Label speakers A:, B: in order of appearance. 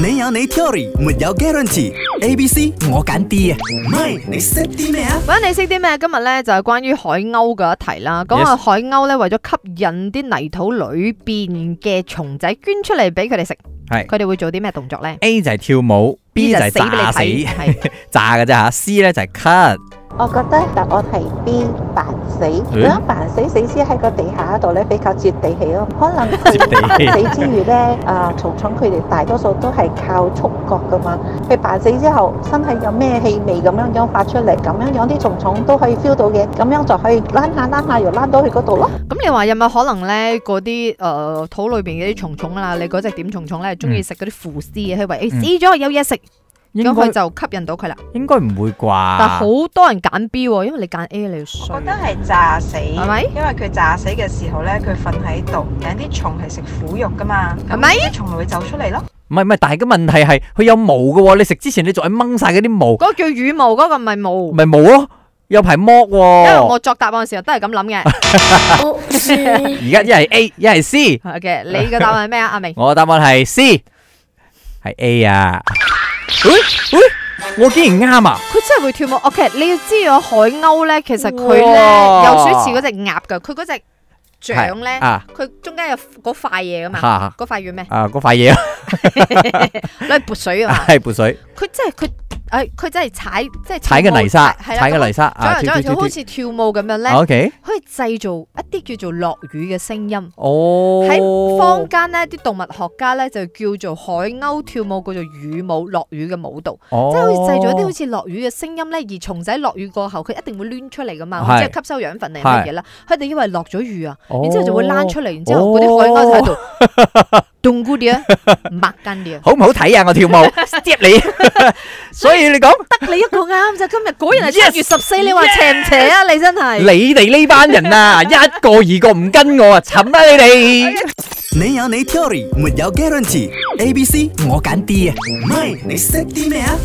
A: 你有你 theory，沒有 guarantee。A、B、C 我揀 D 啊，唔係你識啲咩啊？
B: 喂，你識啲咩？今日咧就係關於海鷗嘅一題啦。講下
C: Yes
B: 海鷗咧，為咗吸引啲泥土裏邊嘅蟲仔捐出嚟俾佢哋食，
C: 係
B: 佢哋會做啲咩動作咧
C: A 就係跳舞，B 就係
B: 死俾
C: 炸死，
B: 你睇， 係
C: 炸嘅啫吓。C 咧就係 cut，
D: 我覺得答案係 B 扮死，咁樣扮死死屍喺個地下度咧比較接地氣咯。可能佢
C: 接 地氣
D: 死之餘咧，啊蟲蟲佢哋大多數都係靠觸覺噶嘛，佢扮死之後身體有咩氣味咁樣樣發出嚟，咁樣樣啲蟲蟲都可以 feel 到嘅，咁樣就可以躝下躝下又躝到去嗰度咯。
B: 咁你話有冇可能咧？嗰啲誒土裏邊嗰啲蟲蟲啦，你嗰隻點蟲蟲咧，中意食嗰啲腐屍嘅，佢為誒哎
C: 嗯
B: 死咗有嘢食，咁
C: 應
B: 佢
C: 該啊
B: 就吸引到佢啦。
C: 應該唔會啩？
B: 但好多人揀 B 喎，因為你揀 A 你要
E: 我
B: 衰
E: 覺。
C: 哦
E: 得係炸死，
B: 係咪
E: 因為佢炸死嘅時候咧，佢瞓喺度，有啲蟲係食腐肉噶嘛，
B: 係咪
E: 咁啲蟲咪會走出嚟咯。
C: 唔係唔係，但係個問題係佢有毛嘅喎，你食之前你仲係掹晒嗰啲毛，
B: 嗰個叫羽毛，嗰個唔係毛。
C: 咪冇咯，有排剝
B: 因為
C: 喎
B: 我。作答案嘅時候都係咁諗 嘅。
C: 而家一係 A，一係 C，
B: OK，你嘅答案係咩啊？阿明。
C: 我答案係 C，係 A à. 啊。喂喂，我竟然啱啊！
B: 佢真係會跳舞。OK，你要知啊，海鷗咧，其實佢咧
C: 哇
B: 有少似嗰只鴨噶，佢嗰只掌咧
C: 係，啊
B: 佢中間有嗰塊嘢噶嘛，
C: 嚇
B: 嗰塊叫咩？
C: 啊嗰塊嘢啊
B: 攞嚟潑水啊嘛。
C: 係潑水，
B: 佢真係佢，誒，佢真係踩，即係
C: 踩嘅泥沙，
B: 係啦
C: 踩嘅泥沙啊！
B: 咁左
C: 跳
B: 右左右好
C: 跳跳跳
B: 似跳舞咁樣咧，
C: ，OK，
B: 可以製造一啲叫做落雨嘅聲音。
C: 哦，
B: 喺坊間呢啲動物學家咧就叫做海鷗跳舞，叫做雨舞，落雨嘅舞蹈。即係好似製造一啲好
C: 似
B: 似落雨嘅聲音咧，而蟲仔落雨過後，佢一定會攣出嚟噶嘛，
C: 係
B: 即係吸收養分定係啊乜嘢啦。佢哋以為落咗雨啊，
C: 好
B: 然之後就會躝出嚟，然之後嗰啲海鷗喺度凍咕啲啊，擘間啲啊，
C: 好唔好睇啊？我跳舞接 你，所以你講
B: 得你一個啱咋，今日果然係
C: Yes！
B: 七月十四，你話邪唔邪啊？你真係。
C: 你哋呢班人 啊，一個二個唔跟我啊，沉啦你哋！
A: 你有你 theory，沒有 guarantee。A、B、C 我揀 D 啊，唔係你識啲咩啊？